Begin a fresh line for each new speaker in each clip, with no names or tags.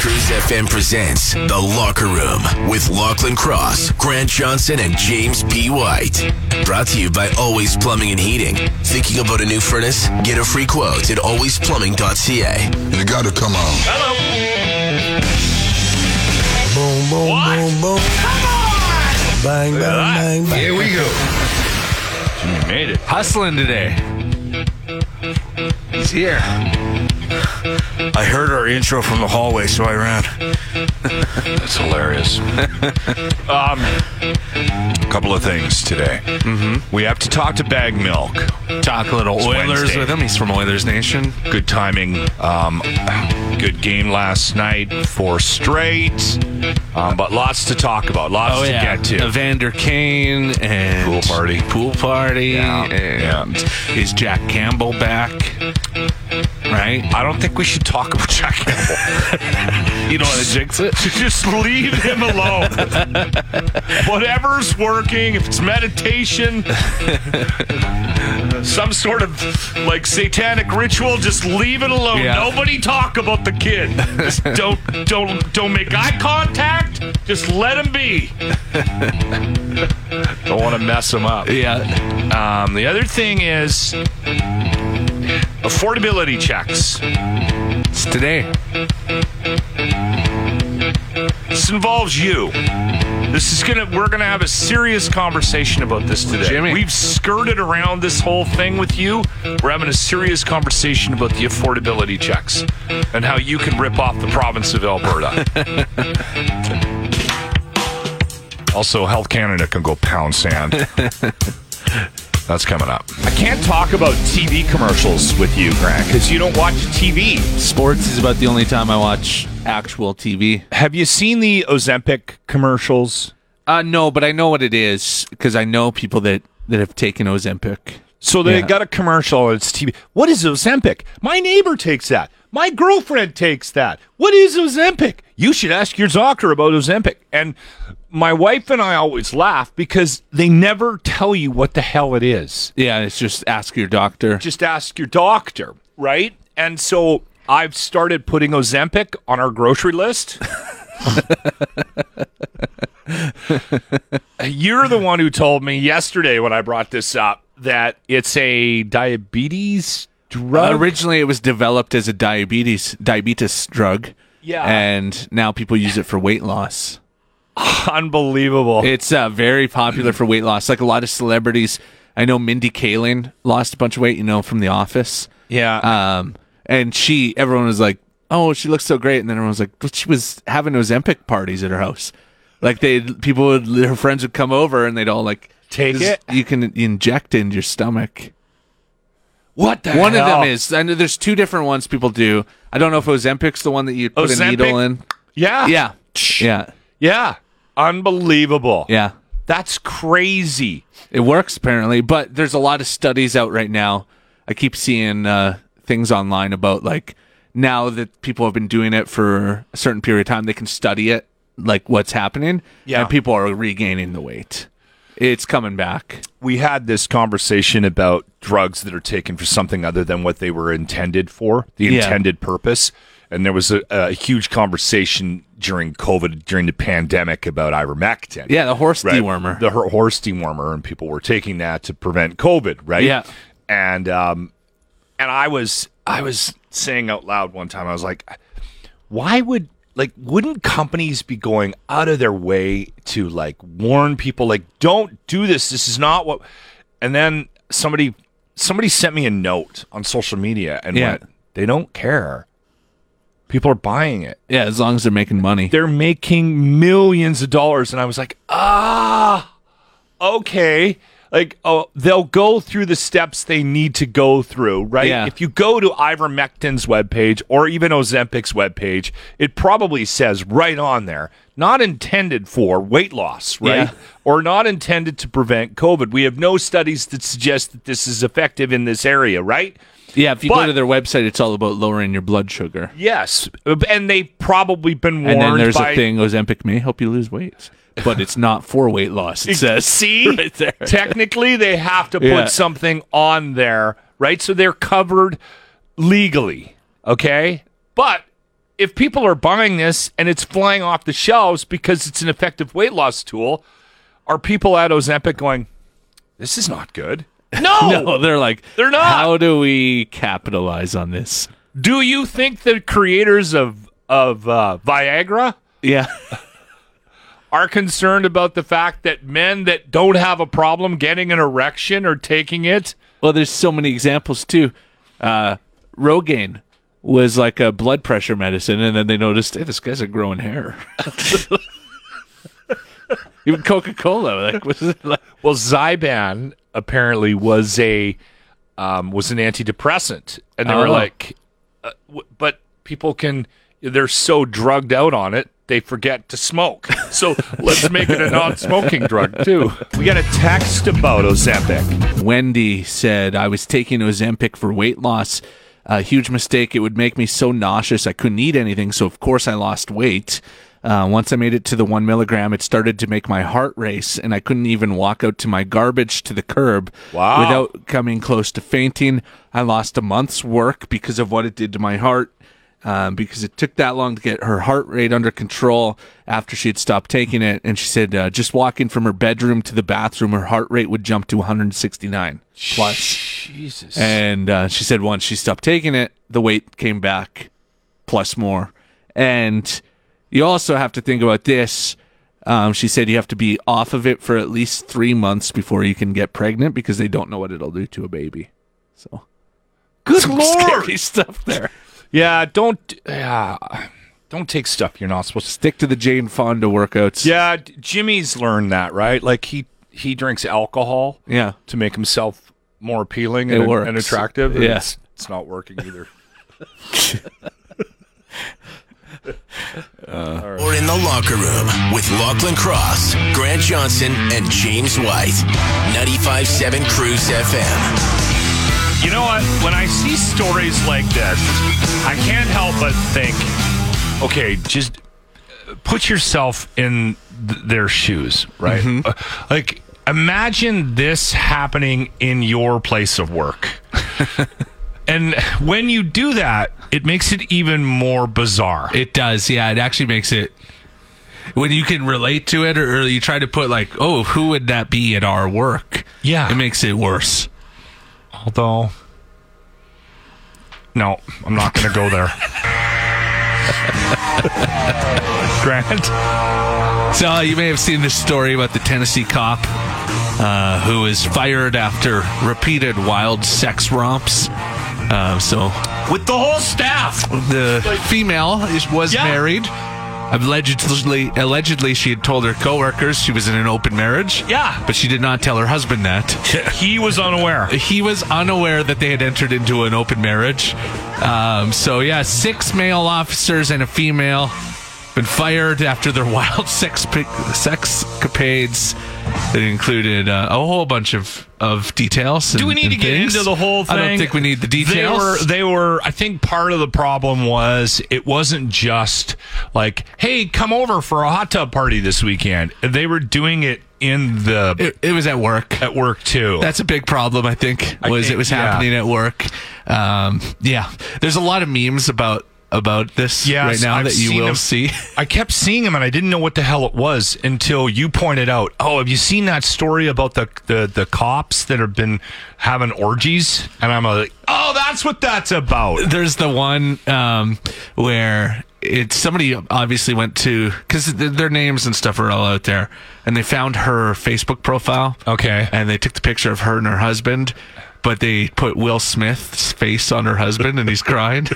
Cruise FM presents The Locker Room with Lachlan Cross, Grant Johnson, and James P. White. Brought to you by Always Plumbing and Heating. Thinking about a new furnace? Get a free quote at alwaysplumbing.ca.
You gotta come on.
Boom, boom, boom, boom. Bang, bang, bang, bang.
Here we go.
You made it.
Hustling today. He's here.
I heard our intro from the hallway, so I ran.
That's hilarious. um, couple of things today. Mm-hmm. We have to talk to Bag Milk.
Talk a little
It's
Oilers
Wednesday.
with him. He's from Oilers Nation.
Good timing. Um, good game last night, four straight. Um, but lots to talk about. Lots
Oh,
Oh,
to get to.
Evander Kane and
Pool party.
Pool party.
Yeah,
And is Jack Campbell back? Right?
I don't think we should talk about Jack Campbell.
You don't want to jinx it.
Just leave him alone. Whatever's working, if it's meditation, some sort of like satanic ritual, just leave it alone.
Yeah.
Nobody talk about the kid. Just don't don't don't make eye contact. Just let him be. don't want to mess him up.
Yeah.
Um, the other thing is affordability checks.
It's today.
This involves you. This is gonna. We're gonna have a serious conversation about this today.
Jimmy.
We've skirted around this whole thing with you. We're having a serious conversation about the affordability checks and how you can rip off the province of Alberta. also, Health Canada can go pound sand. That's coming up. I can't talk about TV commercials with you, Grant, because you don't watch TV.
Sports is about the only time I watch actual TV.
Have you seen the Ozempic commercials?
Uh, no, but I know what it is because I know people that, that have taken Ozempic.
So they
Yeah.
got a commercial. It's TV. What is Ozempic? My neighbor takes that. My girlfriend takes that. What is Ozempic? You should ask your doctor about Ozempic. And my wife and I always laugh because they never tell you what the hell it is.
Yeah, it's just ask your doctor.
Just ask your doctor, right? And so I've started putting Ozempic on our grocery list. You're the one who told me yesterday when I brought this up that it's a diabetes drug.
Originally, it was developed as a diabetes diabetes drug.
Yeah.
and now people use it for weight loss.
Unbelievable.
It's uh, very popular for weight loss. Like a lot of celebrities, I know Mindy Kaling lost a bunch of weight. You know from The Office.
yeah.
Um, and she, everyone was like, "Oh, she looks so great," and then everyone was like, well, "She was having Ozempic parties at her house." Like they, people would, her friends would come over and they'd all like
Take
"This-
it?"
You can inject into your stomach.
what the
One of
hell?
them is, I know there's two different ones people do. I don't know if Ozempic's the one that you put
Ozempic?
a needle in.
Yeah.
Yeah, yeah,
Yeah. Unbelievable.
yeah.
That's crazy.
It works apparently, but there's a lot of studies out right now. I keep seeing uh, things online about like now that people have been doing it for a certain period of time, they can study it, like what's happening,
Yeah.
and people are regaining the weight. It's coming back.
we had this conversation about drugs that are taken for something other than what they were intended for, the
Yeah.
intended purpose. And there was a, a huge conversation during COVID, during the pandemic, about ivermectin.
Yeah, the horse
right?
dewormer.
The hor- horse dewormer, and people were taking that to prevent COVID, right?
Yeah.
And um, and I was I was saying out loud one time, I was like, why would like wouldn't companies be going out of their way to like warn people like don't do this this is not what and then somebody somebody sent me a note on social media and
Yeah.
went they don't care people are buying it
Yeah, as long as they're making money.
they're making millions of dollars and i was like ah okay like oh they'll go through the steps they need to go through right
Yeah.
if you go to ivermectin's webpage or even ozempic's webpage it probably says right on there not intended for weight loss right
Yeah.
or not intended to prevent covid we have no studies that suggest that this is effective in this area right
Yeah, if you
But-
go to their website, it's all about lowering your blood sugar.
yes and they've probably been
And
warned
then there's
by
a thing Ozempic may help you lose weight, but it's not for weight loss. It says
See,
right there.
technically they have to put
Yeah.
something on there, right? So they're covered legally, okay? But if people are buying this and it's flying off the shelves because it's an effective weight loss tool, are people at Ozempic going, this is not good? No.
No, they're like
They're not.
How do we capitalize on this?
Do you think the creators of of uh, Viagra
Yeah,
are concerned about the fact that men that don't have a problem getting an erection or taking it?
Well, there's so many examples too. Uh, Rogaine was like a blood pressure medicine, and then they noticed, hey, this guy's a growing hair. Even Coca Cola, like, was it like,
Well, Zyban apparently was a um, was an antidepressant, and they were
Oh.
like, uh, w- but people can they're so drugged out on it they forget to smoke. So let's make it a non-smoking drug too. We got a text about Ozempic.
Wendy said, I was taking Ozempic for weight loss. A huge mistake. It would make me so nauseous. I couldn't eat anything. So, of course, I lost weight. Uh, once I made it to the one milligram, it started to make my heart race, and I couldn't even walk out to my garbage to the curb
Wow.
without coming close to fainting. I lost a month's work because of what it did to my heart, um, because it took that long to get her heart rate under control after she had stopped taking it. And she said, uh, just walking from her bedroom to the bathroom, her heart rate would jump to 169 plus.
Jesus.
And uh, she said once she stopped taking it, the weight came back plus more. And you also have to think about this. Um, she said you have to be off of it for at least three months before you can get pregnant because they don't know what it'll do to a baby. So
Good
scary stuff there.
Yeah, don't yeah, don't take stuff you're not supposed to.
Stick to the Jane Fonda workouts.
Yeah, D- Jimmy's learned that, right? Like he he drinks alcohol
yeah.
to make himself more appealing
It
and,
works.
and attractive. and
Yeah.
it's, it's not working either.
Or in the locker room with Lachlan Cross, Grant Johnson, and James White. 95.7 Cruise FM.
You know what? When I see stories like this, I can't help but think, okay, just uh, put yourself in th- their shoes, right?
Mm-hmm.
Uh, like, imagine this happening in your place of work. and when you do that, it makes it even more bizarre.
It does, yeah. It actually makes it when you can relate to it, or, or you try to put like, oh, who would that be at our work?
Yeah.
it makes it worse.
Although, no, I'm not going to go there. Grant.
So you may have seen this story about the Tennessee cop uh, who was fired after repeated wild sex romps. Uh, so
With the whole staff.
the female is, was
Yeah.
married. Allegedly, allegedly, she had told her coworkers she was in an open marriage.
Yeah.
but she did not tell her husband that.
He was unaware.
he was unaware that they had entered into an open marriage. Um, so yeah, six male officers and a female been fired after their wild sex pic- sex capades that included uh, a whole bunch of of details.
Do we
and-
need to
and
get
things.
into the whole thing?
I don't think we need the details.
They were, they were. I think part of the problem was it wasn't just like, "Hey, come over for a hot tub party this weekend." They were doing it in the
it, it was at work.
at work too.
That's a big problem, I think. Was
think-
it was
yeah.
happening at work? Um, yeah, there's a lot of memes about about this
Yes,
right now
I've
that you
seen
will
them.
see.
I kept seeing him, and I didn't know what the hell it was until you pointed out. Oh, have you seen that story about the the, the cops that have been having orgies? And I'm like, oh, that's what that's about.
there's the one um, where it's somebody obviously went to because th- their names and stuff are all out there, and they found her Facebook profile.
Okay.
and they took the picture of her and her husband, but they put Will Smith's face on her husband, and he's crying.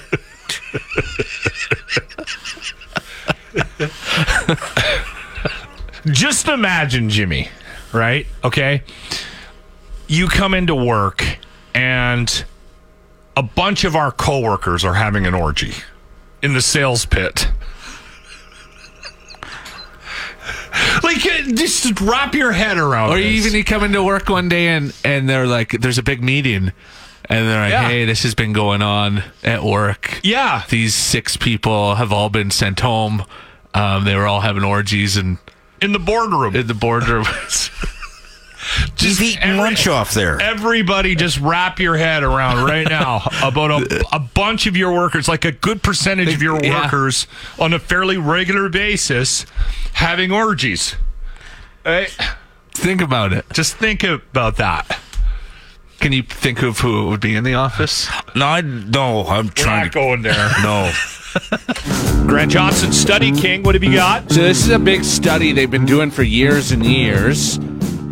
just imagine Jimmy, right? Okay. You come into work and a bunch of our coworkers are having an orgy in the sales pit. like uh, just wrap your head around
or
this.
even you come into work one day and and they're like, "There's a big meeting," and they're like,
Yeah.
"Hey, this has been going on at work."
yeah.
These six people have all been sent home. Um, they were all having orgies and
In the boardroom.
in the boardroom.
Just
He's eating
every-
lunch off there.
Everybody, just wrap your head around right now about a, a bunch of your workers, like a good percentage of your
Yeah.
workers on a fairly regular basis, having orgies. Eh,
Think about it.
Just think about that.
Can you think of who it would be in the office?
No, I no. I'm trying
Not
to.
going there.
No.
Grant Johnson, Study King, what have you got?
So this is a big study they've been doing for years and years,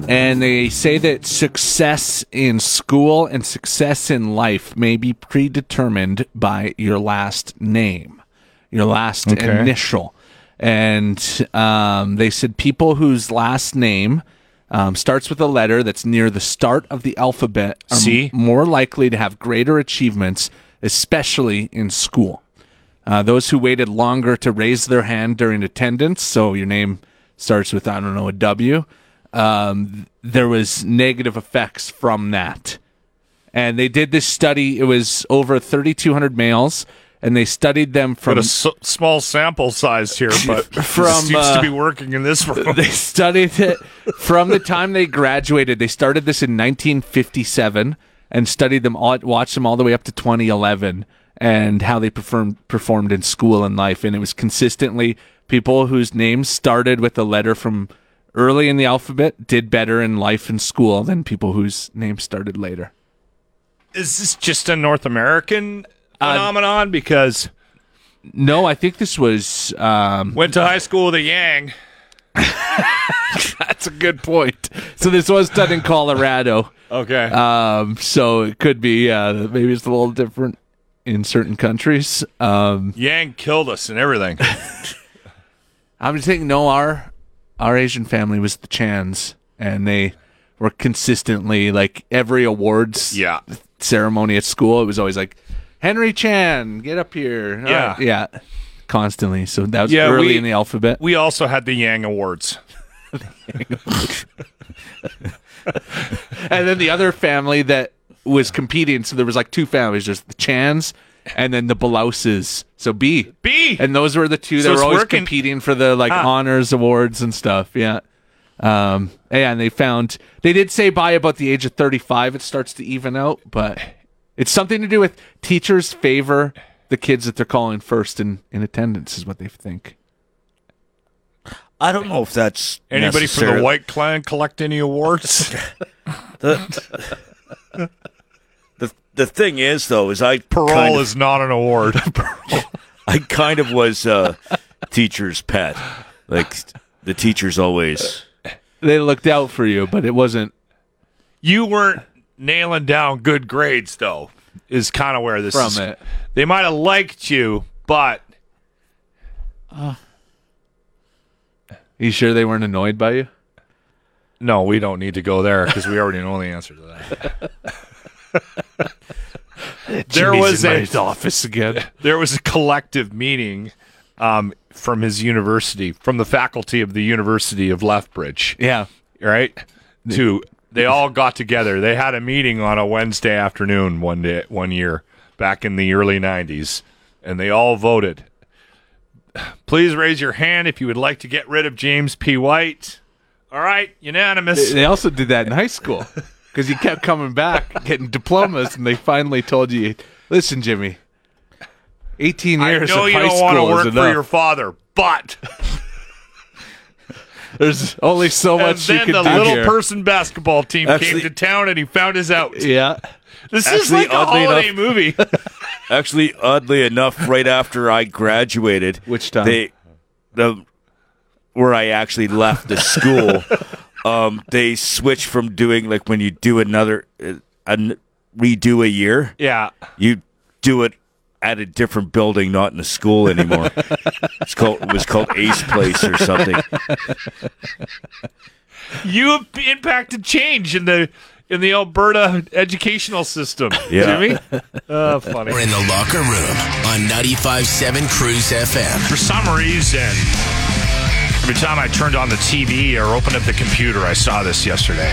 and they say that success in school and success in life may be predetermined by your last name, your last initial. And um, they said people whose last name um, starts with a letter that's near the start of the alphabet are
C?
more likely to have greater achievements, especially in school. Uh, those who waited longer to raise their hand during attendance, so your name starts with, I don't know, a W, um, there was negative effects from that. And they did this study. It was over 3,200 males, and they studied them
Got
from.
a s- small sample size here, but
From,
seems
uh,
to be working in this room.
they studied it from the time they graduated. They started this in 1957 and studied them all, watched them all the way up to 2011 and how they performed performed in school and life. And it was consistently people whose names started with a letter from early in the alphabet did better in life and school than people whose names started later.
Is this just a North American
Uh,
phenomenon? Because
No, I think this was um,
went to high school with a Yang.
that's a good point. So this was done in Colorado.
Okay.
Um, so it could be uh, maybe it's a little different in certain countries. Um,
Yang killed us and everything.
I'm just thinking, no, our our Asian family was the Chans, and they were consistently like every awards
Yeah.
ceremony at school. It was always like Henry Chan, get up here. All
Yeah.
yeah, constantly. So that was
Yeah,
early
we-
in the alphabet.
We also had the Yang Awards.
and then the other family that was competing. So there was like two families. There's the Chans and then the Belouses. So B.
B.
And those were the two that
So it's
were always
working- Ah.
competing for the like honors awards and stuff. Yeah. Um, yeah, and they found they did say by about the age of 35 it starts to even out, but it's something to do with teachers favor the kids that they're calling first in, in attendance is what they think.
I don't know if that's
Anybody from the
necessarily-
White Clan collect any awards?
The, the the thing is though is I
Parole
kind of,
is not an award.
I kind of was a teacher's pet. Like the teachers always.
They looked out for you, but it wasn't
you weren't nailing down good grades, though. Is kind of where this
from
is.
it.
They might have liked you, but
You sure they weren't annoyed by you?
no, we don't need to go there because we already know the answer to that. there was a
office again.
there was a collective meeting um, from his university, from the faculty of the University of Lethbridge.
Yeah.
right? To they all got together. They had a meeting on a Wednesday afternoon one day one year back in the early '90s, and they all voted. Please raise your hand if you would like to get rid of James P. White. All right, unanimous.
They also did that in high school because you kept coming back, getting diplomas, and they finally told you, "Listen, Jimmy, eighteen
I
years
know
of
you
high
don't want to
school
work
is
for
enough.
your father, but
There's only so
and
much you
then
can
the
do
little
here."
person basketball team came
Actually-
to town and he found his out.
yeah,
This is
actually,
like a
oddly
holiday
enough-
movie.
Actually, oddly enough, right after I graduated,
Which time?
they the where I actually left the school, um, they switched from doing like when you do another uh, an, redo a year,
yeah.
you do it at a different building, not in the school anymore. it's called it was called Ace Place or something.
you have impacted change in the in the Alberta educational system.
Yeah.
Jimmy? Uh, funny.
We're in the locker room on 95.7 Cruise FM.
For some reason, every time I turned on the TV or opened up the computer, I saw this yesterday.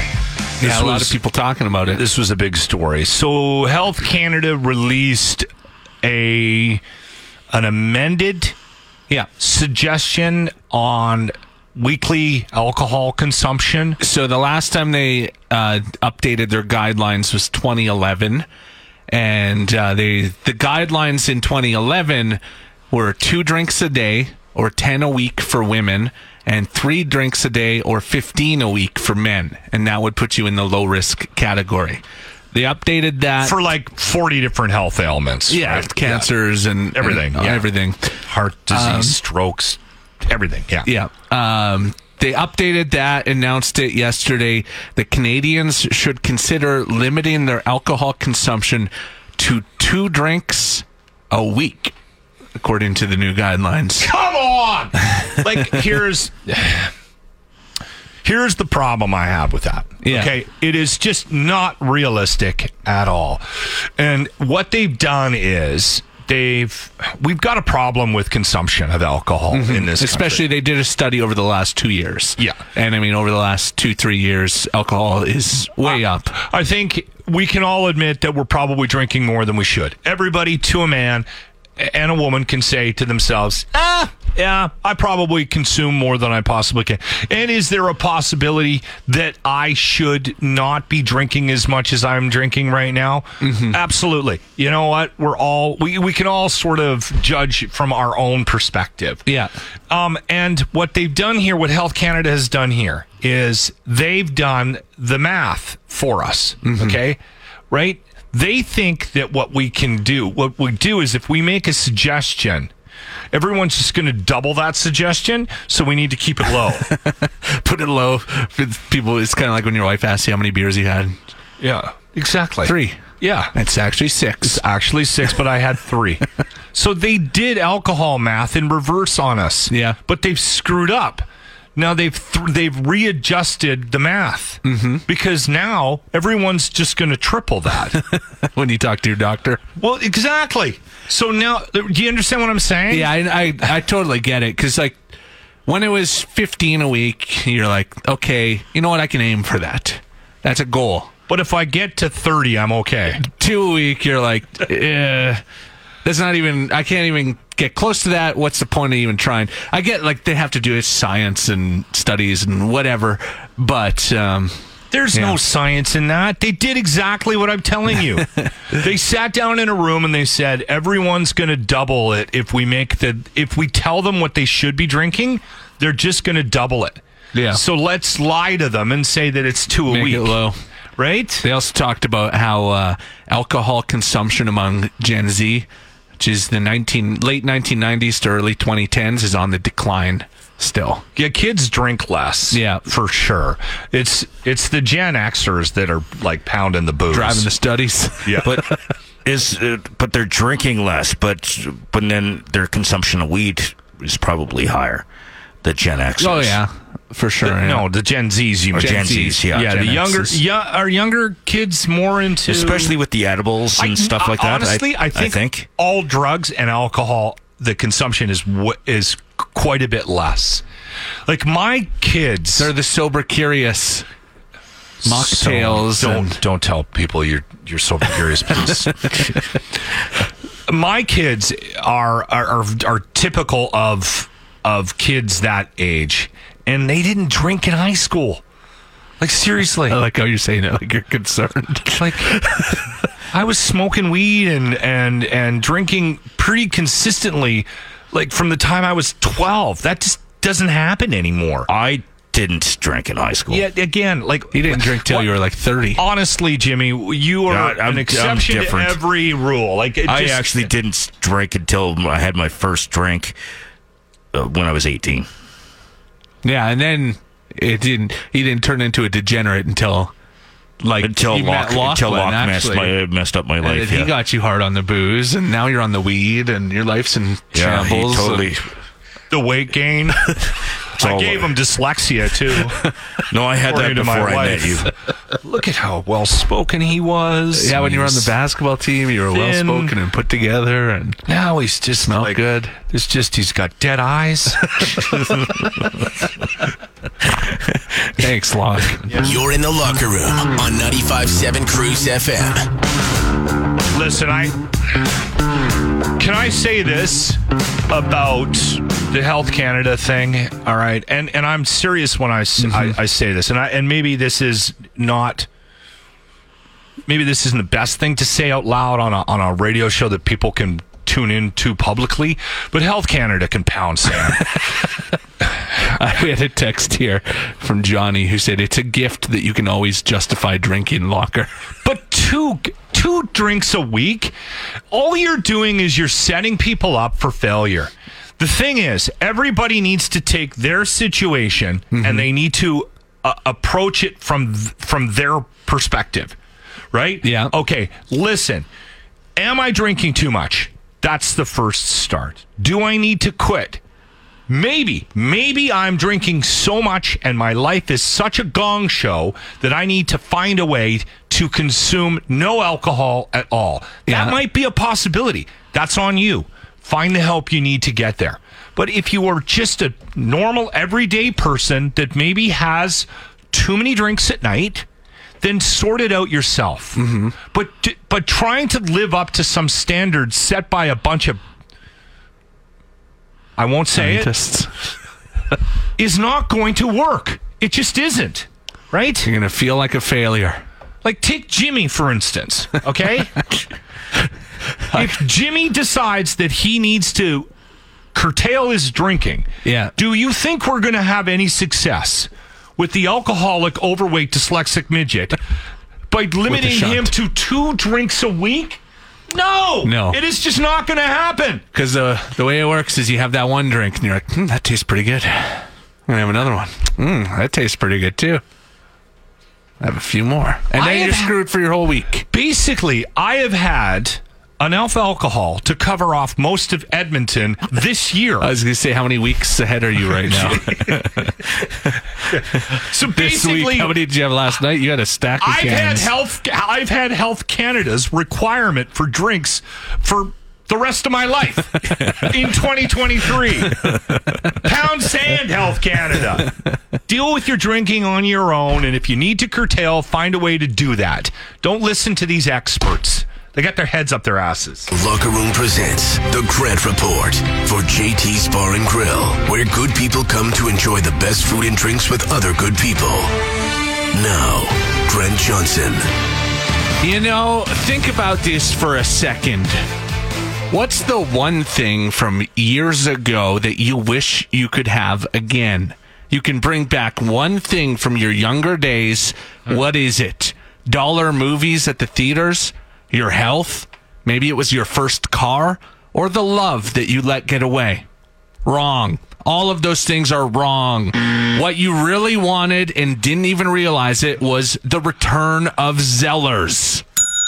This
Yeah, a lot of
was-
people talking about it.
This was a big story. So Health Canada released a an amended
Yeah.
suggestion on weekly alcohol consumption.
So the last time they uh, updated their guidelines was 2011, and uh, they the guidelines in 2011 were two drinks a day or 10 a week for women, and three drinks a day or 15 a week for men, and that would put you in the low risk category. They updated that
for like 40 different health ailments.
yeah
right?
cancers and
Everything,
and
yeah.
everything.
Heart disease, strokes, everything. Yeah.
Yeah. Um, they updated that, announced it yesterday. The Canadians should consider limiting their alcohol consumption to two drinks a week, according to the new guidelines.
Come on. like here's here's the problem I have with that.
Yeah.
Okay. It is just not realistic at all. And what they've done is they've we've got a problem with consumption of alcohol in this country.
Mm-hmm. Especially, they did a study over the last two years.
Yeah.
And I mean, over the last two, three years, alcohol is way up.
I think we can all admit that we're probably drinking more than we should. Everybody to a man and a woman can say to themselves, ah, yeah, I probably consume more than I possibly can. And is there a possibility that I should not be drinking as much as I'm drinking right now? Absolutely. You know what? We're all, we, we can all sort of judge from our own perspective.
Yeah.
Um, and what they've done here, what Health Canada has done here, is they've done the math for us. Okay. Right? They think that what we can do, what we do is if we make a suggestion, everyone's just going to double that suggestion. So we need to keep it low.
Put it low for the people. It's kind of like when your wife asks you how many beers you had.
yeah. Exactly.
Three.
Yeah.
It's actually six.
Actually, six, but I had three. so they did alcohol math in reverse on us.
Yeah.
but they've screwed up. Now they've th- they've readjusted the math mm-hmm. because now everyone's just going to triple that.
When you talk to your doctor.
well, exactly. So now, do you understand what I'm saying?
Yeah, I, I, I totally get it. Because, like, when it was 15 a week, you're like, okay, you know what? I can aim for that. That's a goal.
But if I get to 30, I'm okay.
Two a week, you're like, eh, that's not even, I can't even get close to that. What's the point of even trying? I get, like, they have to do it science and studies and whatever. But, um,
There's no science in that. They did exactly what I'm telling you. they sat down in a room and they said everyone's going to double it if we make the if we tell them what they should be drinking, they're just going to double it.
Yeah.
So let's lie to them and say that it's two a
make
week,
it low.
right?
They also talked about how uh, alcohol consumption among Gen Z, which is the 19 late 1990s to early 2010s, is on the decline still.
Yeah, kids drink less.
Yeah.
for sure. It's it's the Gen Xers that are like pounding the booze.
Driving the studies.
yeah.
But is uh, but they're drinking less, but but then their consumption of weed is probably higher. The Gen Xers.
oh yeah, for sure. yeah.
no, the Gen Zs you
Or
mean.
Gen, Zs, yeah.
yeah,
Gen
the younger
Xs.
yeah, are younger kids more into
especially with the edibles and
I-
stuff like that.
Honestly, I, think, all drugs and alcohol, the consumption is wh- is quite a bit less. Like my kids,
they're the sober curious. Mocktails.
So don't
and-
don't tell people you're you're so curious, please. my kids are, are are are typical of of kids that age, and they didn't drink in high school. Like seriously,
I like how you're saying it. Like you're concerned.
like I was smoking weed and and and drinking pretty consistently, like from the time I was twelve. That just doesn't happen anymore. Uh,
I didn't drink in high school.
Yet again, like
You didn't drink till you were like 30.
Honestly, Jimmy, you are
Yeah, I'm-
an
I'm
exception to
different.
every rule. Like it
I
just-
actually didn't drink until I had my first drink uh, when I was 18.
Yeah, and then it didn't. He didn't turn into a degenerate until like
Until
you met
Locke, until
Lachlan,
Locke messed,
actually.
my, messed up my
And
life.
then
Yeah,
He got you hard on the booze, and now you're on the weed, and your life's in
yeah he
shambles.
totally.
the weight gain. I
all
gave
over.
him dyslexia too.
No, I had that
according to my
before I met
wife.
you.
Look at how well spoken he was.
yeah, when you were on the
He's-
basketball team, you were well
Thin.
spoken and put together, and
Now he's just
Smelled
like,
good.
It's just he's got dead eyes.
thanks, Locke.
You're in the locker room on 95.7 Cruise FM.
Listen, I can I say this about the Health Canada thing. All right, and and I'm serious when I, s- I- I say this, and I and maybe this is not. Maybe this isn't the best thing to say out loud on a on a radio show that people can tune in to publicly, but Health Canada can pound sand.
we had a text here from Johnny who said it's a gift that you can always justify drinking locker.
But two two drinks a week, all you're doing is you're setting people up for failure. The thing is, everybody needs to take their situation and they need to uh, approach it from th- from their perspective, right?
Yeah.
Okay, listen. Am I drinking too much? That's the first start. Do I need to quit? Maybe, maybe I'm drinking so much and my life is such a gong show that I need to find a way to consume no alcohol at all. That
Yeah.
might be a possibility. That's on you. Find the help you need to get there. But if you are just a normal everyday person that maybe has too many drinks at night, then sort it out yourself.
Mm-hmm.
But but trying to live up to some standards set by a bunch of I won't say it
Scientists.
is not going to work. It just isn't. Right?
You're going to feel like a failure.
Like take Jimmy for instance, okay? if Jimmy decides that he needs to curtail his drinking,
Yeah.
do you think we're going to have any success with the alcoholic overweight dyslexic midget by limiting him
shunt.
to two drinks a week? No.
No.
It is just not going to happen.
Because the, the way it works is you have that one drink and you're like, hmm, that tastes pretty good. I'm going to have another one. Mm, that tastes pretty good too. I have a few more. And
I
then you're
have-
screwed for your whole week.
basically, I have had enough alcohol to cover off most of Edmonton this year.
I was going to say, how many weeks ahead are you right now? this
so
week,
basically,
how many did you have last night? You had a stack of
I've had
cans.
health. I've had Health Canada's requirement for drinks for the rest of my life in 2023. Pound sand, Health Canada. Deal with your drinking on your own, and if you need to curtail, find a way to do that. Don't listen to these experts. They got their heads up their asses.
Locker Room presents the Grant Report for JT's Bar and Grill, where good people come to enjoy the best food and drinks with other good people. Now, Grant Johnson.
You know, think about this for a second. What's the one thing from years ago that you wish you could have again? You can bring back one thing from your younger days. What is it? Dollar movies at the theaters? Your health? Maybe it was your first car? Or the love that you let get away? Wrong. All of those things are wrong. What you really wanted and didn't even realize it was the return of Zellers.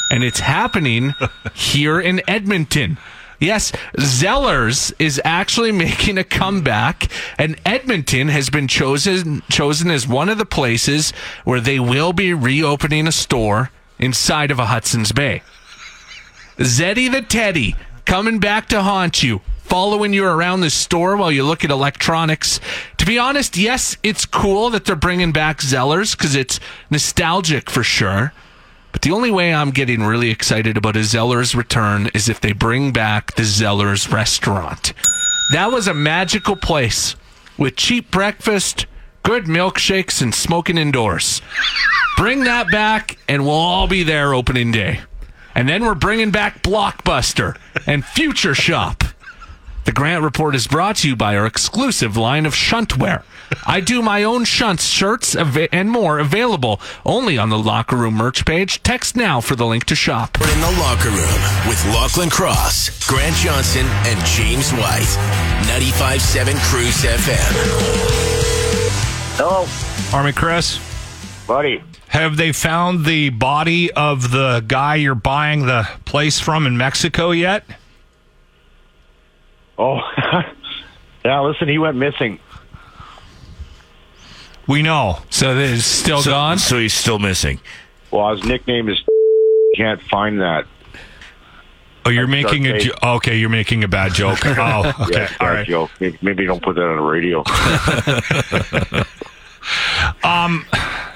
And it's happening here in Edmonton. Yes, Zellers is actually making a comeback, and Edmonton has been chosen chosen as one of the places where they will be reopening a store inside of a Hudson's Bay. Zeddy the Teddy coming back to haunt you, following you around the store while you look at electronics. To be honest, yes, it's cool that they're bringing back Zellers because it's nostalgic for sure. But the only way I'm getting really excited about a Zeller's return is if they bring back the Zeller's restaurant. That was a magical place with cheap breakfast, good milkshakes, and smoking indoors. Bring that back, and we'll all be there opening day. And then we're bringing back Blockbuster and Future Shop. The Grant Report is brought to you by our exclusive line of shuntwear. I do my own shunts, shirts, ava- and more available only on the Locker Room merch page. Text now for the link to shop.
We're in the Locker Room with Lachlan Cross, Grant Johnson, and James White. 95.7 Cruise FM.
Hello,
Army Chris.
buddy.
Have they found the body of the guy you're buying the place from in Mexico yet?
Oh, yeah. Listen, he went missing.
We know.
So it's still gone.
So he's still missing.
Well, his nickname is. Can't find that.
Oh, you're making a
okay.
jo- okay. You're making a bad joke. Oh, okay.
That's
All
a
right.
joke. Maybe, maybe don't put that on the radio.
Um,
um,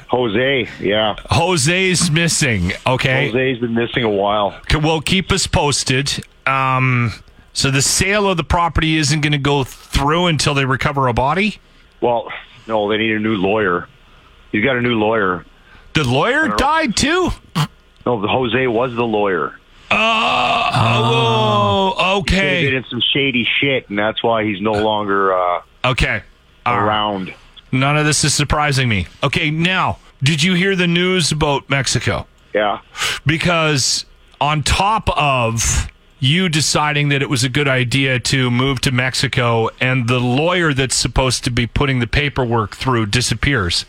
Jose. Yeah,
Jose's missing. Okay.
Jose's been missing a while.
Okay, Well, keep us posted. Um, So the sale of the property isn't going to go through until they recover a body.
Well, no, they need a new lawyer. He's got a new lawyer.
The lawyer died too.
No, Jose was the lawyer.
Oh,
They
okay,
did some shady shit, and that's why he's no longer uh,
okay. All right.
around.
None of this is surprising me. Okay, now, did you hear the news about Mexico?
Yeah.
Because on top of you deciding that it was a good idea to move to Mexico and the lawyer that's supposed to be putting the paperwork through disappears.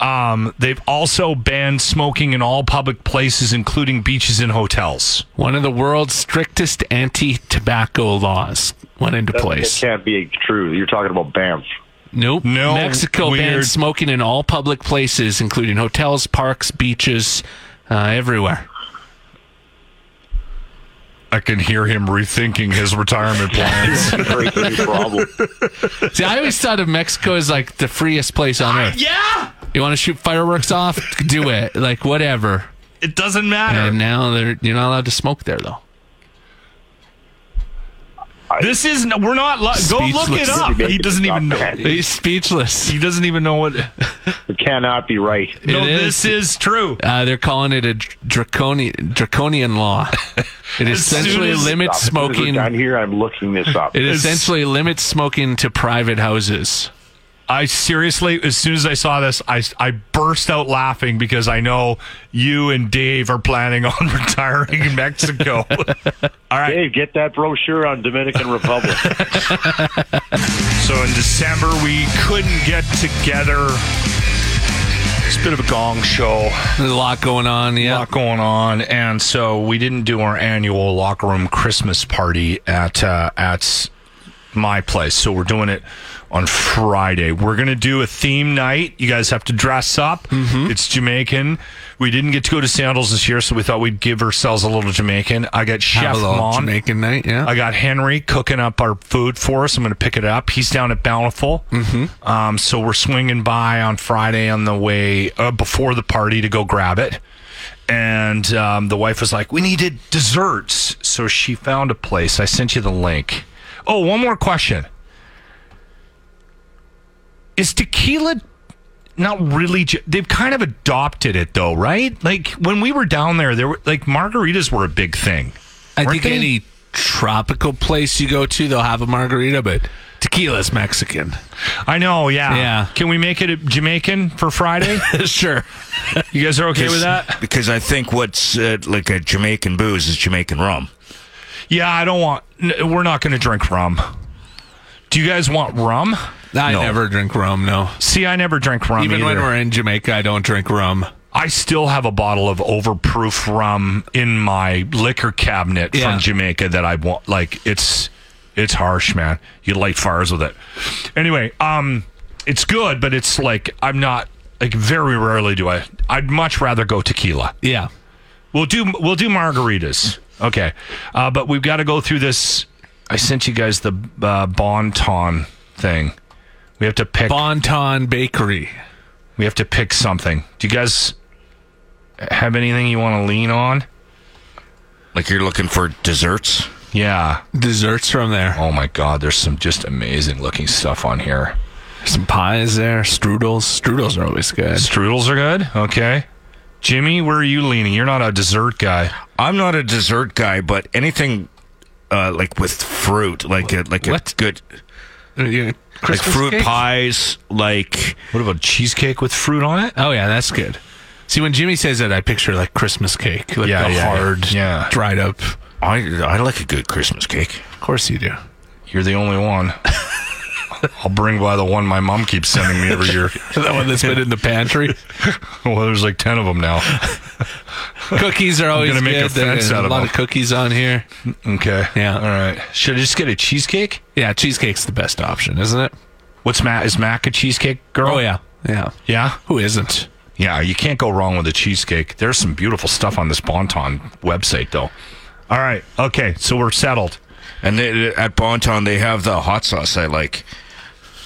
Um, they've also banned smoking in all public places, including beaches and hotels.
One of the world's strictest anti-tobacco laws went into place.
It can't be true. You're talking about Banff.
Nope.
No,
Mexico
weird.
banned smoking in all public places, including hotels, parks, beaches, uh, everywhere.
I can hear him rethinking his retirement plans.
Creates a new problem.
See, I always thought of Mexico as like the freest place on earth. Yeah. You want to shoot fireworks off? Do it. Like whatever.
it doesn't matter.
And now they're you're not allowed to smoke there though.
This isn't. We're not. Li- go look it
Speechless.
up. He doesn't even know.
It
He's speechless.
He doesn't even know what.
cannot be right.
no,
is.
this is true.
Uh, they're calling it a dr- draconian draconian law. It
soon
essentially
as-
limits
As soon as we're
smoking.
done here, I'm looking this up.
It
As-
essentially limits smoking to private houses.
I seriously, as soon as I saw this, I I burst out laughing because I know you and Dave are planning on retiring in Mexico. All right.
Dave, get that brochure on Dominican Republic.
So in December we couldn't get together. It's a bit of a gong show.
There's a lot going on.
A
Yeah.
lot going on, and so we didn't do our annual locker room Christmas party at uh, at my place. So we're doing it on Friday. We're gonna do a theme night. You guys have to dress up.
Mm-hmm.
It's Jamaican. We didn't get to go to Sandals this year, so we thought we'd give ourselves a little Jamaican. I got Chef
Have a little
Mon.
Jamaican night. Yeah.
I got Henry cooking up our food for us. I'm going to pick it up. He's down at Bountiful. Mm-hmm. Um, so we're swinging by on Friday on the way uh, before the party to go grab it. And um, the wife was like, We needed desserts. So she found a place. I sent you the link. Oh, one more question. Is tequila not really j- they've kind of adopted it though right like when we were down there there were like margaritas were a big thing
I
Weren't
think
they-
any tropical place you go to, they'll have a margarita, but tequila's Mexican.
I know, yeah.
Yeah.
Can we make it at Jamaican for Friday?
sure.
you guys are okay with that?
Because I think what's uh, like a Jamaican booze is Jamaican rum.
Yeah, I don't want. N- we're not going to drink rum. Do you guys want rum?
I never drink rum. No.
See, I never drink rum
Even
either.
when we're in Jamaica, I don't drink rum.
I still have a bottle of overproof rum in my liquor cabinet
Yeah.
from Jamaica that I want. Like it's it's harsh, man. You light fires with it. Anyway, um, it's good, but it's like I'm not like very rarely do I. I'd much rather go tequila.
Yeah.
We'll do we'll do margaritas. Okay, uh, but we've got to go through this. I sent you guys the uh, bon ton thing. We have to pick.
Bonton Bakery.
we have to pick something. Do you guys have anything you want to lean on?
Like you're looking for desserts.
Yeah.
Desserts from there.
Oh my God. There's some just amazing looking stuff on here.
Some pies there. Strudels. Strudels are always good.
Strudels are good. Okay. Jimmy, where are you leaning? You're not a dessert guy.
I'm not a dessert guy, but anything uh, like with fruit, like a, like
What?
a good like fruit pies, like
What about cheesecake with fruit on it?
Oh yeah, that's good. See, when Jimmy says that, I picture like Christmas cake, like
Yeah,
the
yeah,
hard,
yeah.
dried up.
I I like a good Christmas cake.
Of course you do.
You're the only one. I'll bring by the one my mom keeps sending me every year.
that one that's been in the pantry.
Well, there's like ten of them now.
cookies are always
gonna make a
good. There-
fence
there's
out
a
of
lot
them.
of cookies on here.
Okay.
Yeah.
All right. Should I just get a cheesecake?
Yeah, cheesecake's the best option, isn't it?
What's Mac? Is Mac a cheesecake girl?
Oh yeah, yeah.
Yeah.
Who isn't?
Yeah. You can't go wrong with a cheesecake. There's some beautiful stuff on this Bonton website, though. All right. Okay. So we're settled.
And they, at Bonton, they have the hot sauce I like.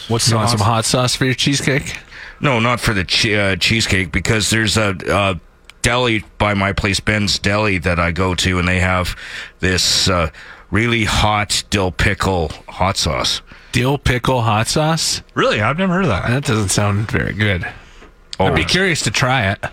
What's
You
the
want
awesome
some hot sauce for your cheesecake?
No, not for the che- uh, cheesecake because there's a, uh deli by my place, Ben's Deli, that I go to, and they have this uh,
really hot dill pickle hot sauce.
Dill pickle hot sauce?
Really, I've never heard of that.
That doesn't sound very good. I'd be curious to try it.
Oh,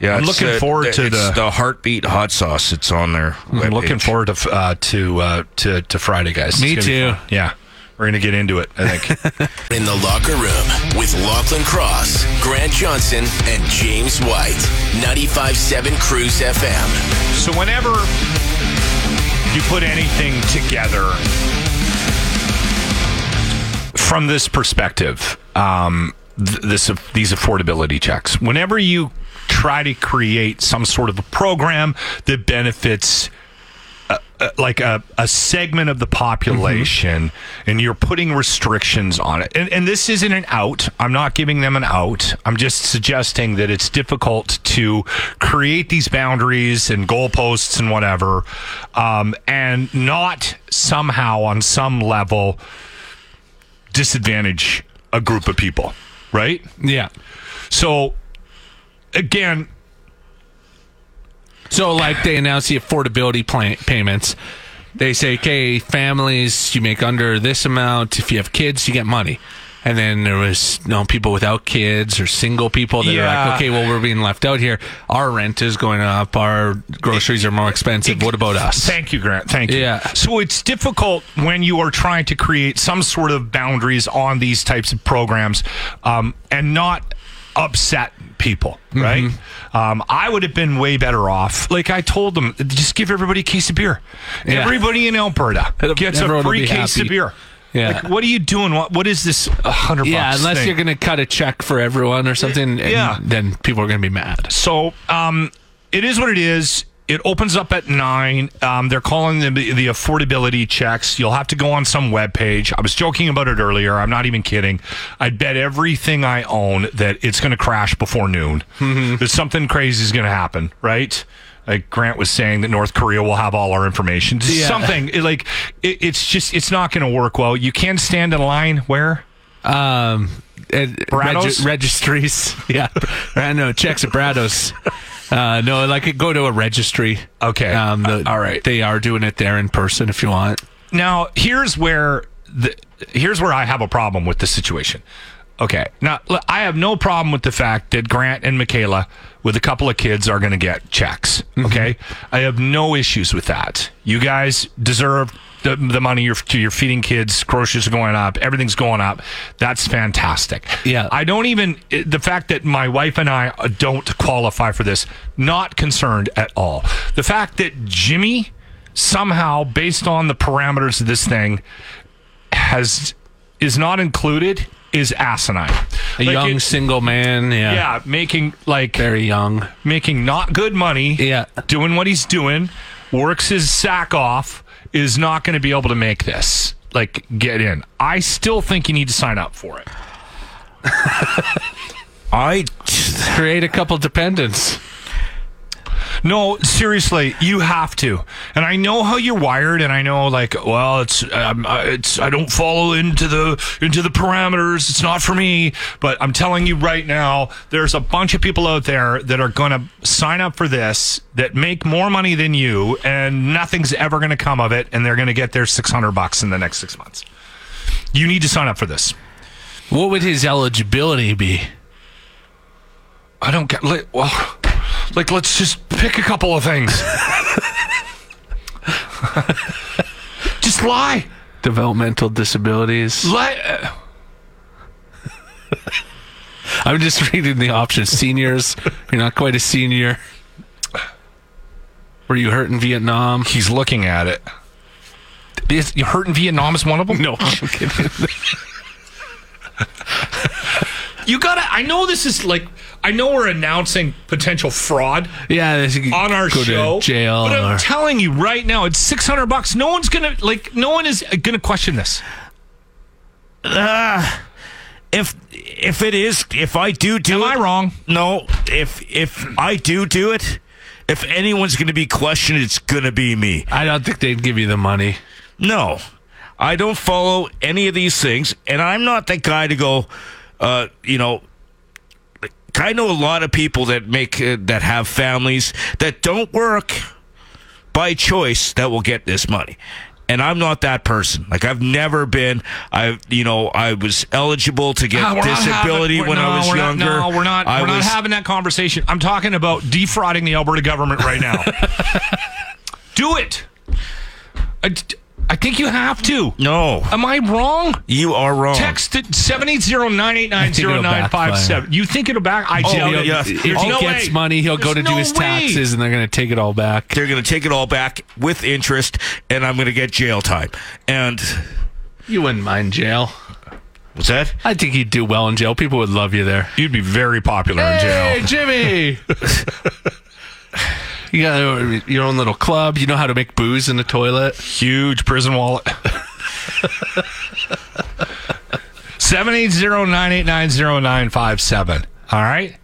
Yeah,
I'm
it's
looking
the-
forward to
it's
the-
the heartbeat hot sauce. It's on there.
I'm looking forward to f- uh, to uh, to to Friday, guys.
Me
It's gonna be
too.
fun. Yeah, we're gonna get into it. I think.
In the locker room with Lachlan Cross, Grant Johnson, and James White. 95.7 Cruise FM.
So whenever
you put anything together from this perspective, um, th- this these affordability checks. Whenever you try to create some sort of a program that benefits. Uh, uh, like a, a segment of the population, and you're putting restrictions on it. And, and this isn't an out. I'm not giving them an out. I'm just suggesting that it's difficult to create these boundaries and goalposts and whatever, um, and not somehow on some level disadvantage a group of people, right?
Yeah.
So again,
So, like, they announce the affordability plan- payments. They say, okay, families, you make under this amount. If you have kids, you get money. And then there was you know, people without kids or single people that are
Yeah.
like, okay, well, we're being left out here. Our rent is going up. Our groceries are more expensive. What about us?
Thank you, Grant. Thank you.
Yeah.
So it's difficult when you are trying to create some sort of boundaries on these types of programs um, and not upset people,
Mm-hmm.
right? Um, I would have been way better off. Like I told them, just give everybody a case of beer.
Yeah.
Everybody in Alberta
It'll-
gets a
everyone will be
free case
happy.
of beer.
Yeah.
Like, what are you doing? What What is this? A hundred
yeah,
bucks.
unless
thing?
you're going to cut a check for everyone or something, and
Yeah.
then people are going to be mad.
So um, it is what it is. It opens up at nine. Um, they're calling them the, the affordability checks. You'll have to go on some web page. I was joking about it earlier. I'm not even kidding. I bet everything I own that it's going to crash before noon. That something crazy is going to happen, right? Like Grant was saying that North Korea will have all our information. Just Something it, like it, it's just it's not going to work well. You can stand in line where
Um, and
Brados?
registries. Yeah, I know checks at Brados. Uh, no, like go to a registry.
Okay.
Um, the,
Uh, all right.
They are doing it there in person if you want.
now here's where the here's where I have a problem with the situation. Okay, now look, I have no problem with the fact that Grant and Michaela, with a couple of kids, are going to get checks. Okay, I have no issues with that. You guys deserve the, the money you're you're feeding kids. Groceries are going up. Everything's going up. That's fantastic.
Yeah.
I don't even it- the fact that my wife and I uh, don't qualify for this. Not concerned at all. The fact that Jimmy somehow, based on the parameters of this thing, has is not included is asinine.
A
Like,
young
it-
single man. Yeah.
yeah, making like
Very young.
making not good money.
Yeah.
doing what he's doing, works his sack off, is not going to be able to make this. Like, get in. I still think you need to sign up for it.
I
Create a couple dependents.
No, seriously, you have to. And I know how you're wired, and I know like, well, it's, um, uh, it's, I don't follow into the into the parameters. It's not for me. But I'm telling you right now, there's a bunch of people out there that are going to sign up for this that make more money than you, and nothing's ever going to come of it, and they're going to get their 600 bucks in the next six months. You need to sign up for this.
What would his eligibility be?
I don't get like, well, like let's just pick a couple of things. just lie.
Developmental disabilities.
Lie.
I'm just reading the options. Seniors. You're not quite a senior. Were you hurt in Vietnam?
He's looking at it. Is you hurt in Vietnam is one of them?
No. I'm kidding.
You gotta. I know this is like. I know we're announcing potential fraud
yeah. this-
on our
go
show.
To jail.
But I'm
or-
telling you right now, it's 600 bucks. No one's gonna like. No one is gonna question this.
if if it is if I do do
Am I
it-
wrong?
No, if if I do do it, if anyone's going to be questioned, it's going to be me.
I don't think they'd give you the money.
No, I don't follow any of these things, and I'm not that guy to go, uh, you know. like, I know a lot of people that make uh, that have families that don't work, by choice that will get this money. And I'm not that person. Like I've never been. I, you know, I was eligible to get
Ah, we're not
disability
having- we're-
when
no,
I was
we're not-
younger.
no, we're not.
I
we're
was-
not having that conversation. I'm talking about defrauding the Alberta government right now. Do it. I, I think you have to.
No,
Am I wrong?
you are wrong.
Text it 780-989-0957. You think it'll back? I doubt it.
Oh, yeah.
Oh, There's
If he
no
gets
way.
money, he'll go
There's
to do
no
his
way.
taxes, and they're going to take it all back.
They're going to take it all back with interest, and I'm going to get jail time. And
You wouldn't mind jail.
what's that?
I think you'd do well in jail. People would love you there.
You'd be very popular in
Hey,
jail.
Jimmy! you got your own little club. You know how to make booze in the toilet.
Huge prison wallet. 780-989-0957. All right?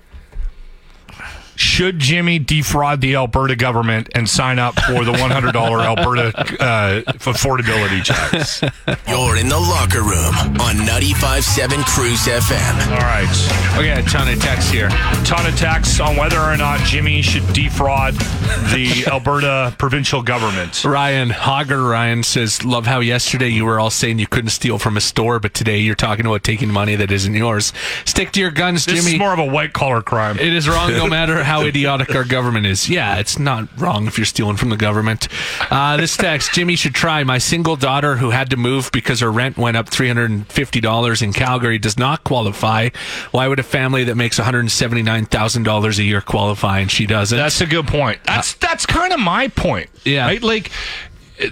Should Jimmy defraud the Alberta government and sign up for the $100 Alberta uh, affordability checks?
You're in the locker room on 95.7 Cruise FM.
All right.
Okay, a ton of texts here.
ton of texts on whether or not Jimmy should defraud the Alberta provincial government.
Ryan Hogger Ryan says, "Love how yesterday you were all saying you couldn't steal from a store, but today you're talking about taking money that isn't yours. Stick to your guns,
This
Jimmy.
is more of a white collar crime.
It is wrong no matter how idiotic our government is. Yeah, it's not wrong if you're stealing from the government. Uh, this text Jimmy should try. My single daughter who had to move because her rent went up $350 in Calgary does not qualify. Why would a family that makes $179,000 a year qualify and she doesn't?
That's a good point. That's that's kind of my point.
Yeah.
Right? Like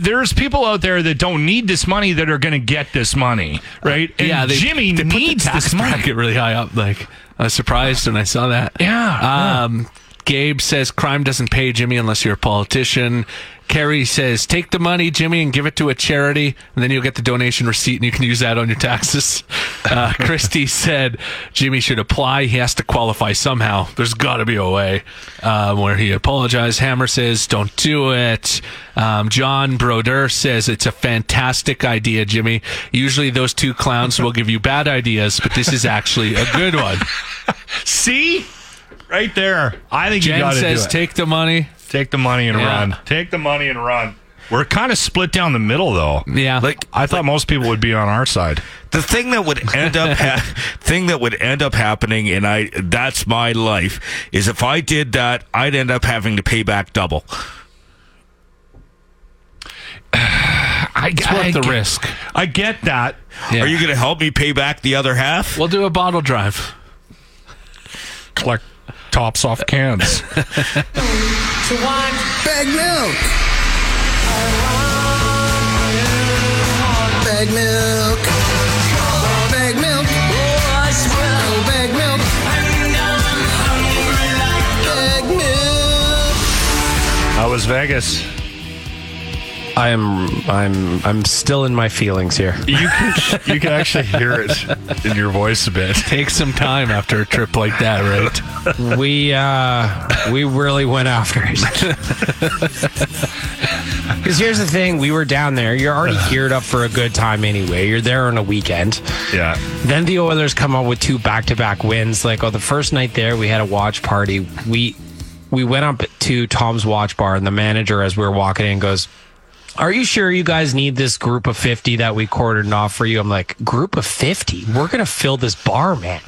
there's people out there that don't need this money that are going to get this money, right? And
yeah, they,
Jimmy
they put the
needs
tax
this money.
bracket really high up. Like, I was surprised when I saw that.
Yeah,
Um, Gabe says crime doesn't pay Jimmy unless you're a politician. Carrie says take the money, Jimmy, and give it to a charity, and then you'll get the donation receipt and you can use that on your taxes. Uh, Christy said Jimmy should apply. He has to qualify somehow. There's got to be a way um, where he apologized. Hammer says don't do it. Um, John Broder says it's a fantastic idea, Jimmy. Usually those two clowns will give you bad ideas, but this is actually a good one.
See? Right there. I think you
Jen
got to do
says
it. Take,
take the money.
the money and
Yeah.
run. Take the money and run. We're kind of split down the middle though.
Yeah.
Like
I thought most people would be on our side.
the thing that would end up ha- thing that would end up happening and i that's my life is if i did that i'd end up having to pay back double
I,
It's worth the risk.
I get that.
Yeah.
are you going to help me pay back the other half
We'll do a bottle drive.
collect tops off cans.
Bag milk. Bag milk. Bag milk. Oh, bag milk. Bag milk.
That was Vegas.
I am I'm I'm still in my feelings here.
You can you can actually hear it in your voice a bit.
Take some time after a trip like that, right?
We uh we really went after it. Because here's the thing, we were down there. You're already geared up for a good time anyway. You're there on a weekend.
Yeah.
Then the Oilers come up with two back-to-back wins. Like, oh, the first night there, we had a watch party. We we went up to Tom's Watch Bar, and the manager, as we were walking in, goes, "Are you sure you guys need this group of fifty that we quartered off for you?" I'm like, "Group of fifty? We're gonna fill this bar, man."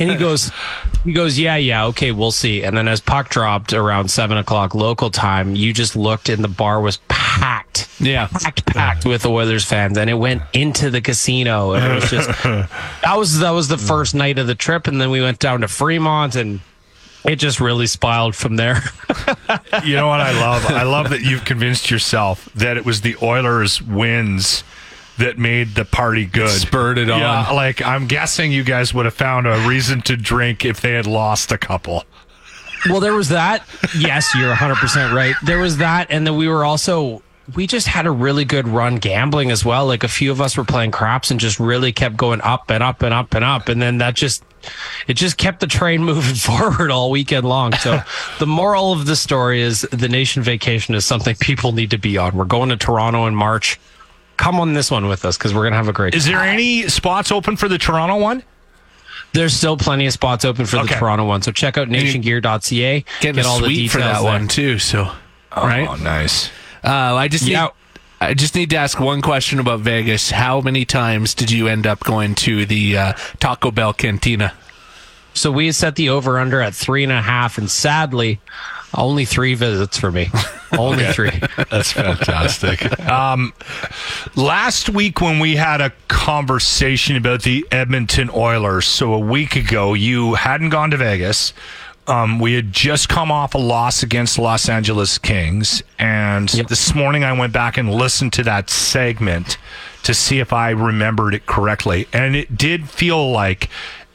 and he goes, he goes, "Yeah, yeah, okay, we'll see." And then as puck dropped around seven o'clock local time, you just looked, and the bar was packed
Yeah.
packed, packed with the Oilers fans, and it went into the casino. And it was just that was that was the first night of the trip, and then we went down to Fremont, and it just really spiraled from there.
You know what I love? I love that you've convinced yourself that it was the Oilers wins that made the party good.
Spurred it
yeah,
on.
like I'm guessing you guys would have found a reason to drink if they had lost a couple.
well, there was that. Yes, you're 100 percent right. There was that, and then we were also. We just had a really good run gambling as well. Like a few of us were playing craps and just really kept going up and up and up and up. And then that just, it just kept the train moving forward all weekend long. So the moral of the story is the nation vacation is something people need to be on. We're going to Toronto in March. Come on this one with us because we're going to have a great
Is there any spots open for the Toronto one?
there's still plenty of spots open for
Okay.
the Toronto one. So check out nationgear.ca.
Getting
Get all the
sweet
details
for that
there.
Oh,
Oh,
one too. So, right?
nice.
Uh, I just need,
Yeah.
I just need to ask one question about Vegas. How many times did you end up going to the uh, Taco Bell Cantina?
So we set the over under at three and a half, and sadly, only three visits for me. Only three.
That's fantastic. um, last week, when we had a conversation about the Edmonton Oilers, so a week ago, you hadn't gone to Vegas. Um, we had just come off a loss against Los Angeles Kings. And this morning, I went back and listened to that segment to see if I remembered it correctly. And it did feel like.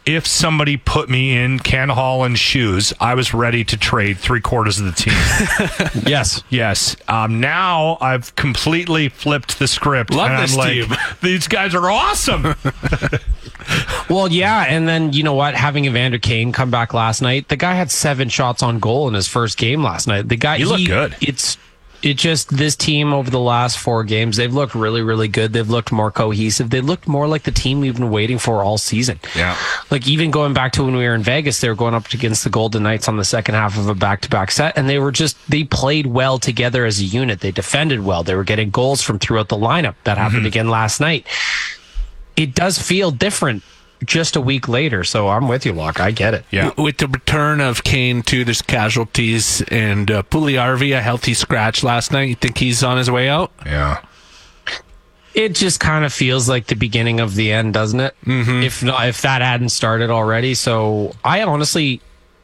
If somebody put me in Ken Holland's shoes, I was ready to trade three quarters of the team.
yes.
Yes. Um, now I've completely flipped the script.
Love
and I'm
this
like,
team.
These guys are awesome.
Well, yeah, and then you know what? Having Evander Kane come back last night, the guy had seven shots on goal in his first game last night. The guy,
He looked good.
It's it just this team over the last four games, they've looked really, really good. They've looked more cohesive. They looked more like the team we've been waiting for all season.
Yeah.
Like even going back to when we were in Vegas, they were going up against the Golden Knights on the second half of a back-to-back set, and they were just they played well together as a unit. They defended well. They were getting goals from throughout the lineup. That happened again last night it does feel different just a week later. So I'm with you, Locke. I get it.
Yeah.
W- With the return of Kane, too, there's casualties and uh, Pugliarvi, a healthy scratch last night. You think he's on his way out?
Yeah.
It just kind of feels like the beginning of the end, doesn't it? Mm-hmm. If not, if that hadn't started already, so I honestly.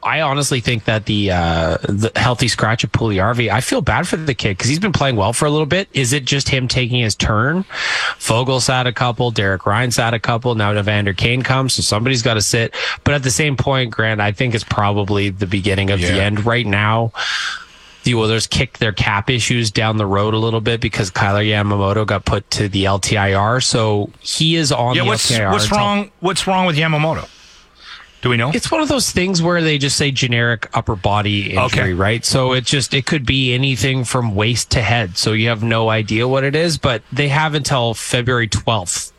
I honestly think that the uh, the healthy scratch of Puliarvi, I feel bad for the kid because he's been playing well for a little bit. Is it just him taking his turn? Fogel sat a couple, Derek Ryan sat a couple. Now Evander Kane comes, so somebody's got to sit. But at the same point, Grant, I think it's probably the beginning of the
Yeah.
end right now. the Oilers kicked their cap issues down the road a little bit because Kyler Yamamoto got put to the LTIR. So he is on
Yeah.
the
What's
LTIR.
what's
until-
wrong? What's wrong with Yamamoto? Do we know?
It's one of those things where they just say generic upper body injury,
Okay.
right? So it just it could be anything from waist to head. So you have no idea what it is, but they have until February 12th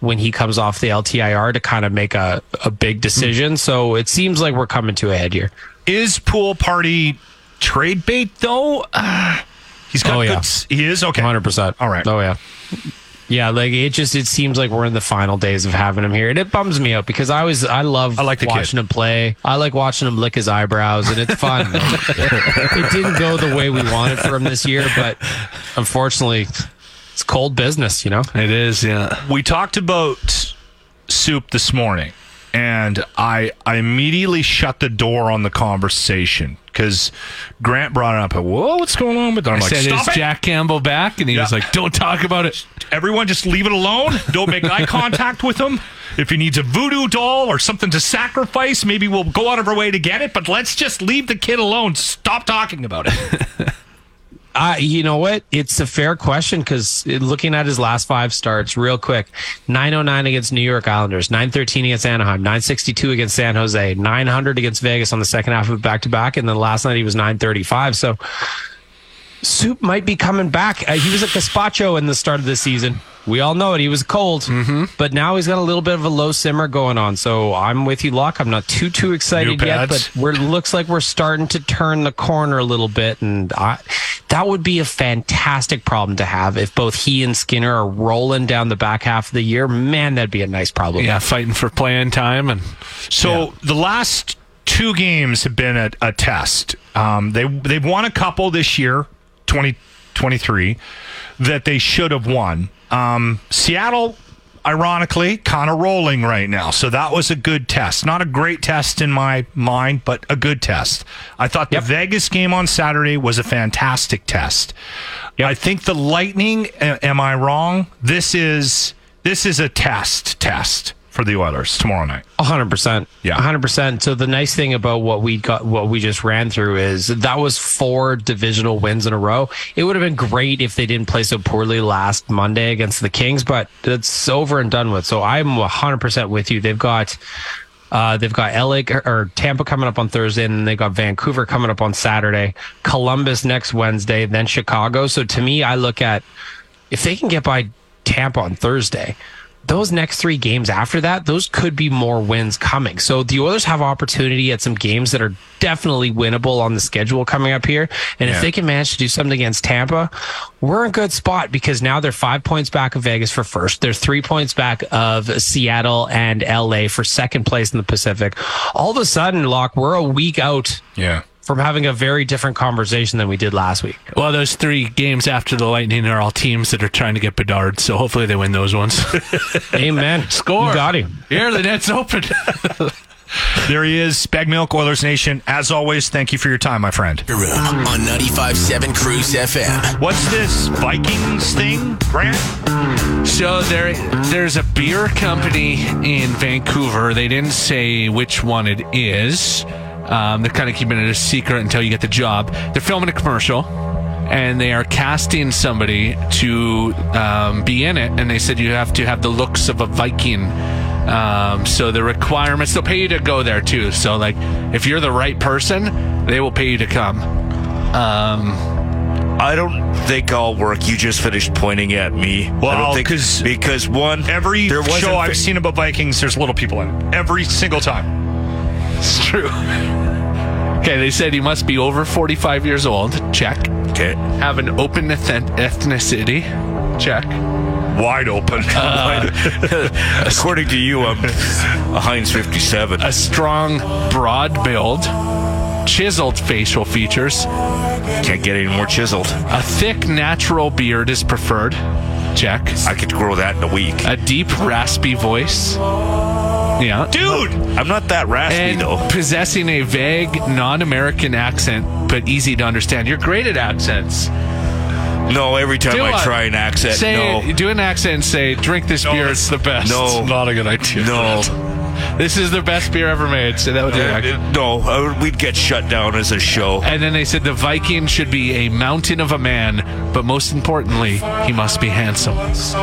when he comes off the LTIR to kind of make a, a big
Hmm.
decision. So it seems like we're coming to a head here.
Is pool party trade bait though? Uh, he's got
Oh,
good
yeah.
s- He is okay.
Hundred percent.
All right.
Oh yeah. Yeah, like it just it seems like we're in the final days of having him here, and it bums me out because I always I love
I like the kid.
watching him play. I like watching him lick his eyebrows, and it's fun. it didn't go the way we wanted for him this year, but unfortunately, it's cold business, you know.
It is, yeah.
we talked about soup this morning and I, I immediately shut the door on the conversation because Grant brought it up. Whoa, what's going on with that? I'm like,
Said, is
stop it.
Jack Campbell back? And he was
Yeah.
like, don't talk about it.
Everyone just leave it alone. Don't make eye contact with him. If he needs a voodoo doll or something to sacrifice, maybe we'll go out of our way to get it, but let's just leave the kid alone. Stop talking about it.
Uh, you know what? It's a fair question because looking at his last five starts, real quick 909 against New York Islanders, 913 against Anaheim, 962 against San Jose, 900 against Vegas on the second half of back to back. And then last night he was 935. So Soup might be coming back. Uh, he was at Gaspacho in the start of the season. We all know it. He was cold,
Mm-hmm.
but now he's got a little bit of a low simmer going on. So I'm with you, Locke. I'm not too too excited
New
yet,
pads.
but we're looks like we're starting to turn the corner a little bit, and I, that would be a fantastic problem to have if both he and Skinner are rolling down the back half of the year. Man, that'd be a nice problem.
Yeah, fighting for playing time. And
So the last two games have been a, a test. Um, they they've won a couple this year, 2023, that they should have won. Um, Seattle, ironically, kind of rolling right now. So that was a good test. Not a great test in my mind, but a good test. I thought the Vegas game on Saturday was a fantastic test. I think the Lightning. a- am I wrong? This is this is a test test for the Oilers tomorrow night.
hundred percent.
Yeah.
hundred percent. So the nice thing about what we got, what we just ran through, is that was four divisional wins in a row. It would have been great if they didn't play so poorly last Monday against the Kings, but it's over and done with. So I'm hundred percent with you. They've got. Uh, they've got LA or- or Tampa coming up on Thursday, and then they got Vancouver coming up on Saturday, Columbus next Wednesday, then Chicago. So to me, I look at if they can get by Tampa on Thursday, those next three games after that, those could be more wins coming. So the Oilers have opportunity at some games that are definitely winnable on the schedule coming up here. And if they can manage to do something against Tampa, we're in a good spot because now they're five points back of Vegas for first. They're three points back of Seattle and LA for second place in the Pacific. All of a sudden, Locke, we're a week out
Yeah.
from having a very different conversation than we did last week.
Well, those three games after the Lightning are all teams that are trying to get Bedard, so hopefully they win those ones.
Amen.
Score.
You got him.
Here, the net's open.
There he is, Spag Milk, Oilers Nation. As always, thank you for your time, my friend.
Locker Room on 95.7 Cruise FM.
What's this Vikings thing, Grant?
So there, there's a beer company in Vancouver. They didn't say which one it is. Um, they're kind of keeping it a secret until you get the job. They're filming a commercial, and they are casting somebody to um, be in it. And they said you have to have the looks of a Viking. Um, so the requirements, they'll pay you to go there too. So like, if you're the right person, they will pay you to come. Um,
I don't think I'll work. You just finished pointing at me. I don't
Well,
think-
'cause
because one
Every
there wasn't
show
fa-
I've seen about Vikings, there's little people in it. Every single time.
It's true. Okay, they said you must be over 45 years old. Check.
Okay.
Have an open eth- ethnicity. Check.
Wide open.
According to you, I'm a Heinz 57.
A strong, broad build. Chiseled facial features.
Can't get any more chiseled.
A thick, natural beard is preferred. Check.
I could grow that in a week.
A deep, raspy voice. Yeah.
Dude, I'm not that raspy
and
though.
possessing a vague, non-American accent, but easy to understand. You're great at accents.
No, every time
Do
I
a-
try an accent,
Say,
no,
do an accent and say, "Drink this beer; it's the best."
no,
Not a good idea.
no,
This is the best beer ever made. So that would be accurate.
no. I would- we'd get shut down as a show.
And then they said the Viking should be a mountain of a man, but most importantly, he must be handsome.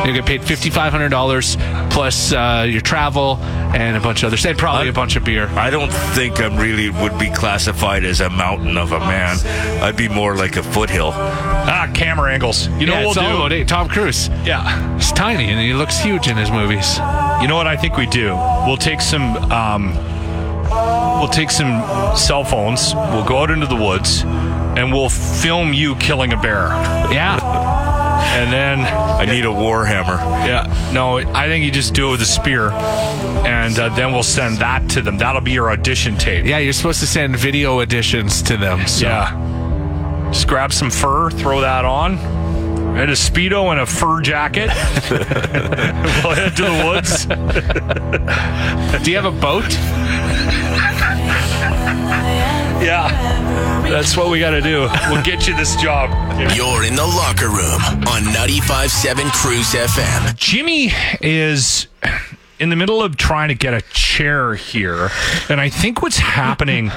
You get paid fifty five hundred dollars plus uh, your travel and a bunch of others, and probably a bunch of beer.
I don't think I'm really would be classified as a mountain of a man. I'd be more like a foothill.
Ah, camera angles. You know
yeah,
what
it's all
we'll
about
do?
it. Tom Cruise.
Yeah.
He's tiny and he looks huge in his movies.
You know what I think we do? We'll take some um, we'll take some cell phones. We'll go out into the woods and we'll film you killing a bear.
Yeah.
And then
I need a warhammer.
yeah, no, I think you just do it with a spear and uh, then we'll send that to them. That'll be your audition tape.
Yeah, you're supposed to send video editions to them. So.
Yeah. Just grab some fur, throw that on. And a speedo and a fur jacket. we'll head to the woods.
Do you have a boat?
Yeah. That's what we got to do. We'll get you this job.
You're in the locker room on 95.7 Cruise FM.
Jimmy is in the middle of trying to get a chair here, and I think what's happening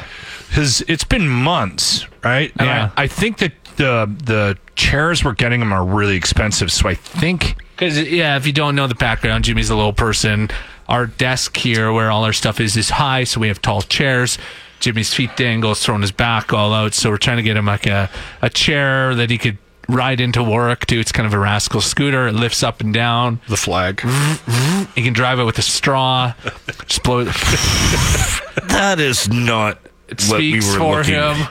is it's been months, right? And
Yeah.
I, I think that the the chairs we're getting them are really expensive, so I think
Because yeah, if you don't know the background, Jimmy's a little person. Our desk here, where all our stuff is, is high, so we have tall chairs. Jimmy's feet dangles, throwing his back all out. So we're trying to get him like a, a chair that he could ride into work to. It's kind of a rascal scooter. It lifts up and down.
the flag.
He can drive it with a straw. Just blow it.
That is not
It speaks for him.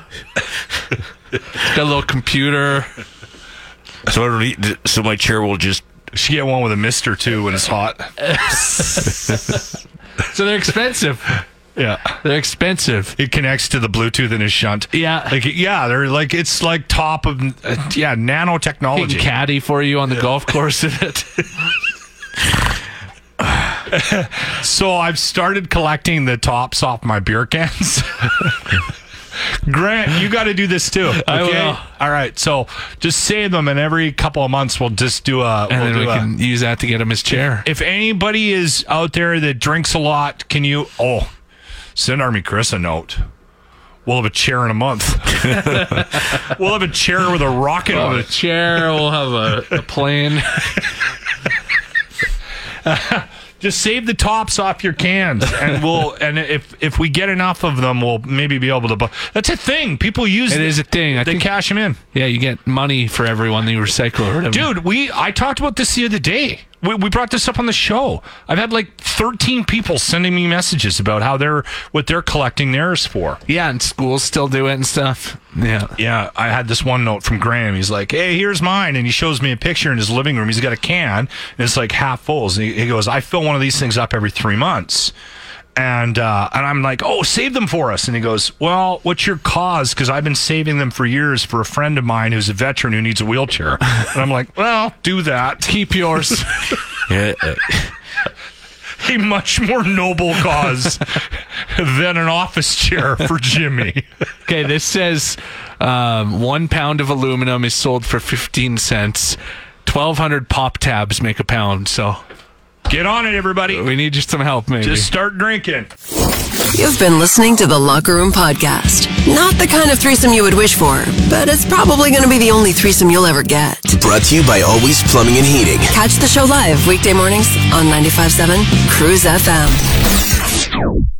It's got a little computer.
So I don't need, so my chair will just
She get one with a mister too when it's hot.
So they're expensive.
Yeah,
They're expensive.
it connects to the Bluetooth in his shunt.
Yeah.
like yeah, they're like it's like top of uh, yeah
He can
nanotechnology.
caddy for you on the golf course in it.
So I've started collecting the tops off my beer cans. Grant, you got to do this too. Okay?
I will.
All right. So just save them, and every couple of months we'll just do a.
And
we'll
then
do
we
a-
can use that to get him his chair.
if anybody is out there that drinks a lot, can you? Oh, send Army Chris a note. We'll have a chair in a month. we'll have a chair with a rocket on
a
it.
chair. We'll have a, a plane.
Just save the tops off your cans, and we'll. And if if we get enough of them, we'll maybe be able to. Bu- That's a thing. People use
It is a thing. I
They
think.
cash them in.
yeah, you get money for everyone that you recycle. Or whatever.
Dude, we I talked about this the other day. We, we brought this up on the show. I've had like 13 people sending me messages about how they're what they're collecting theirs for.
Yeah, and schools still do it and stuff. Yeah.
Yeah, I had this one note from Graham. He's like, "Hey, here's mine," and he shows me a picture in his living room. He's got a can, and it's like half full. And he, he goes, "I fill one of these things up every three months," and uh, and I'm like, "Oh, save them for us." And he goes, "Well, what's your cause?" Because I've been saving them for years for a friend of mine who's a veteran who needs a wheelchair, and I'm like, "Well, do that."
Keep yours.
a much more noble cause than an office chair for Jimmy.
okay, this says um, one pound of aluminum is sold for 15 cents. 1,200 pop tabs make a pound. So
Get on it, everybody.
we need just some help, maybe.
Just start drinking.
You've been listening to the Locker Room Podcast. Not the kind of threesome you would wish for, but it's probably going to be the only threesome you'll ever get.
Brought to you by Always Plumbing and Heating.
Catch the show live weekday mornings on 95.7 Cruise FM.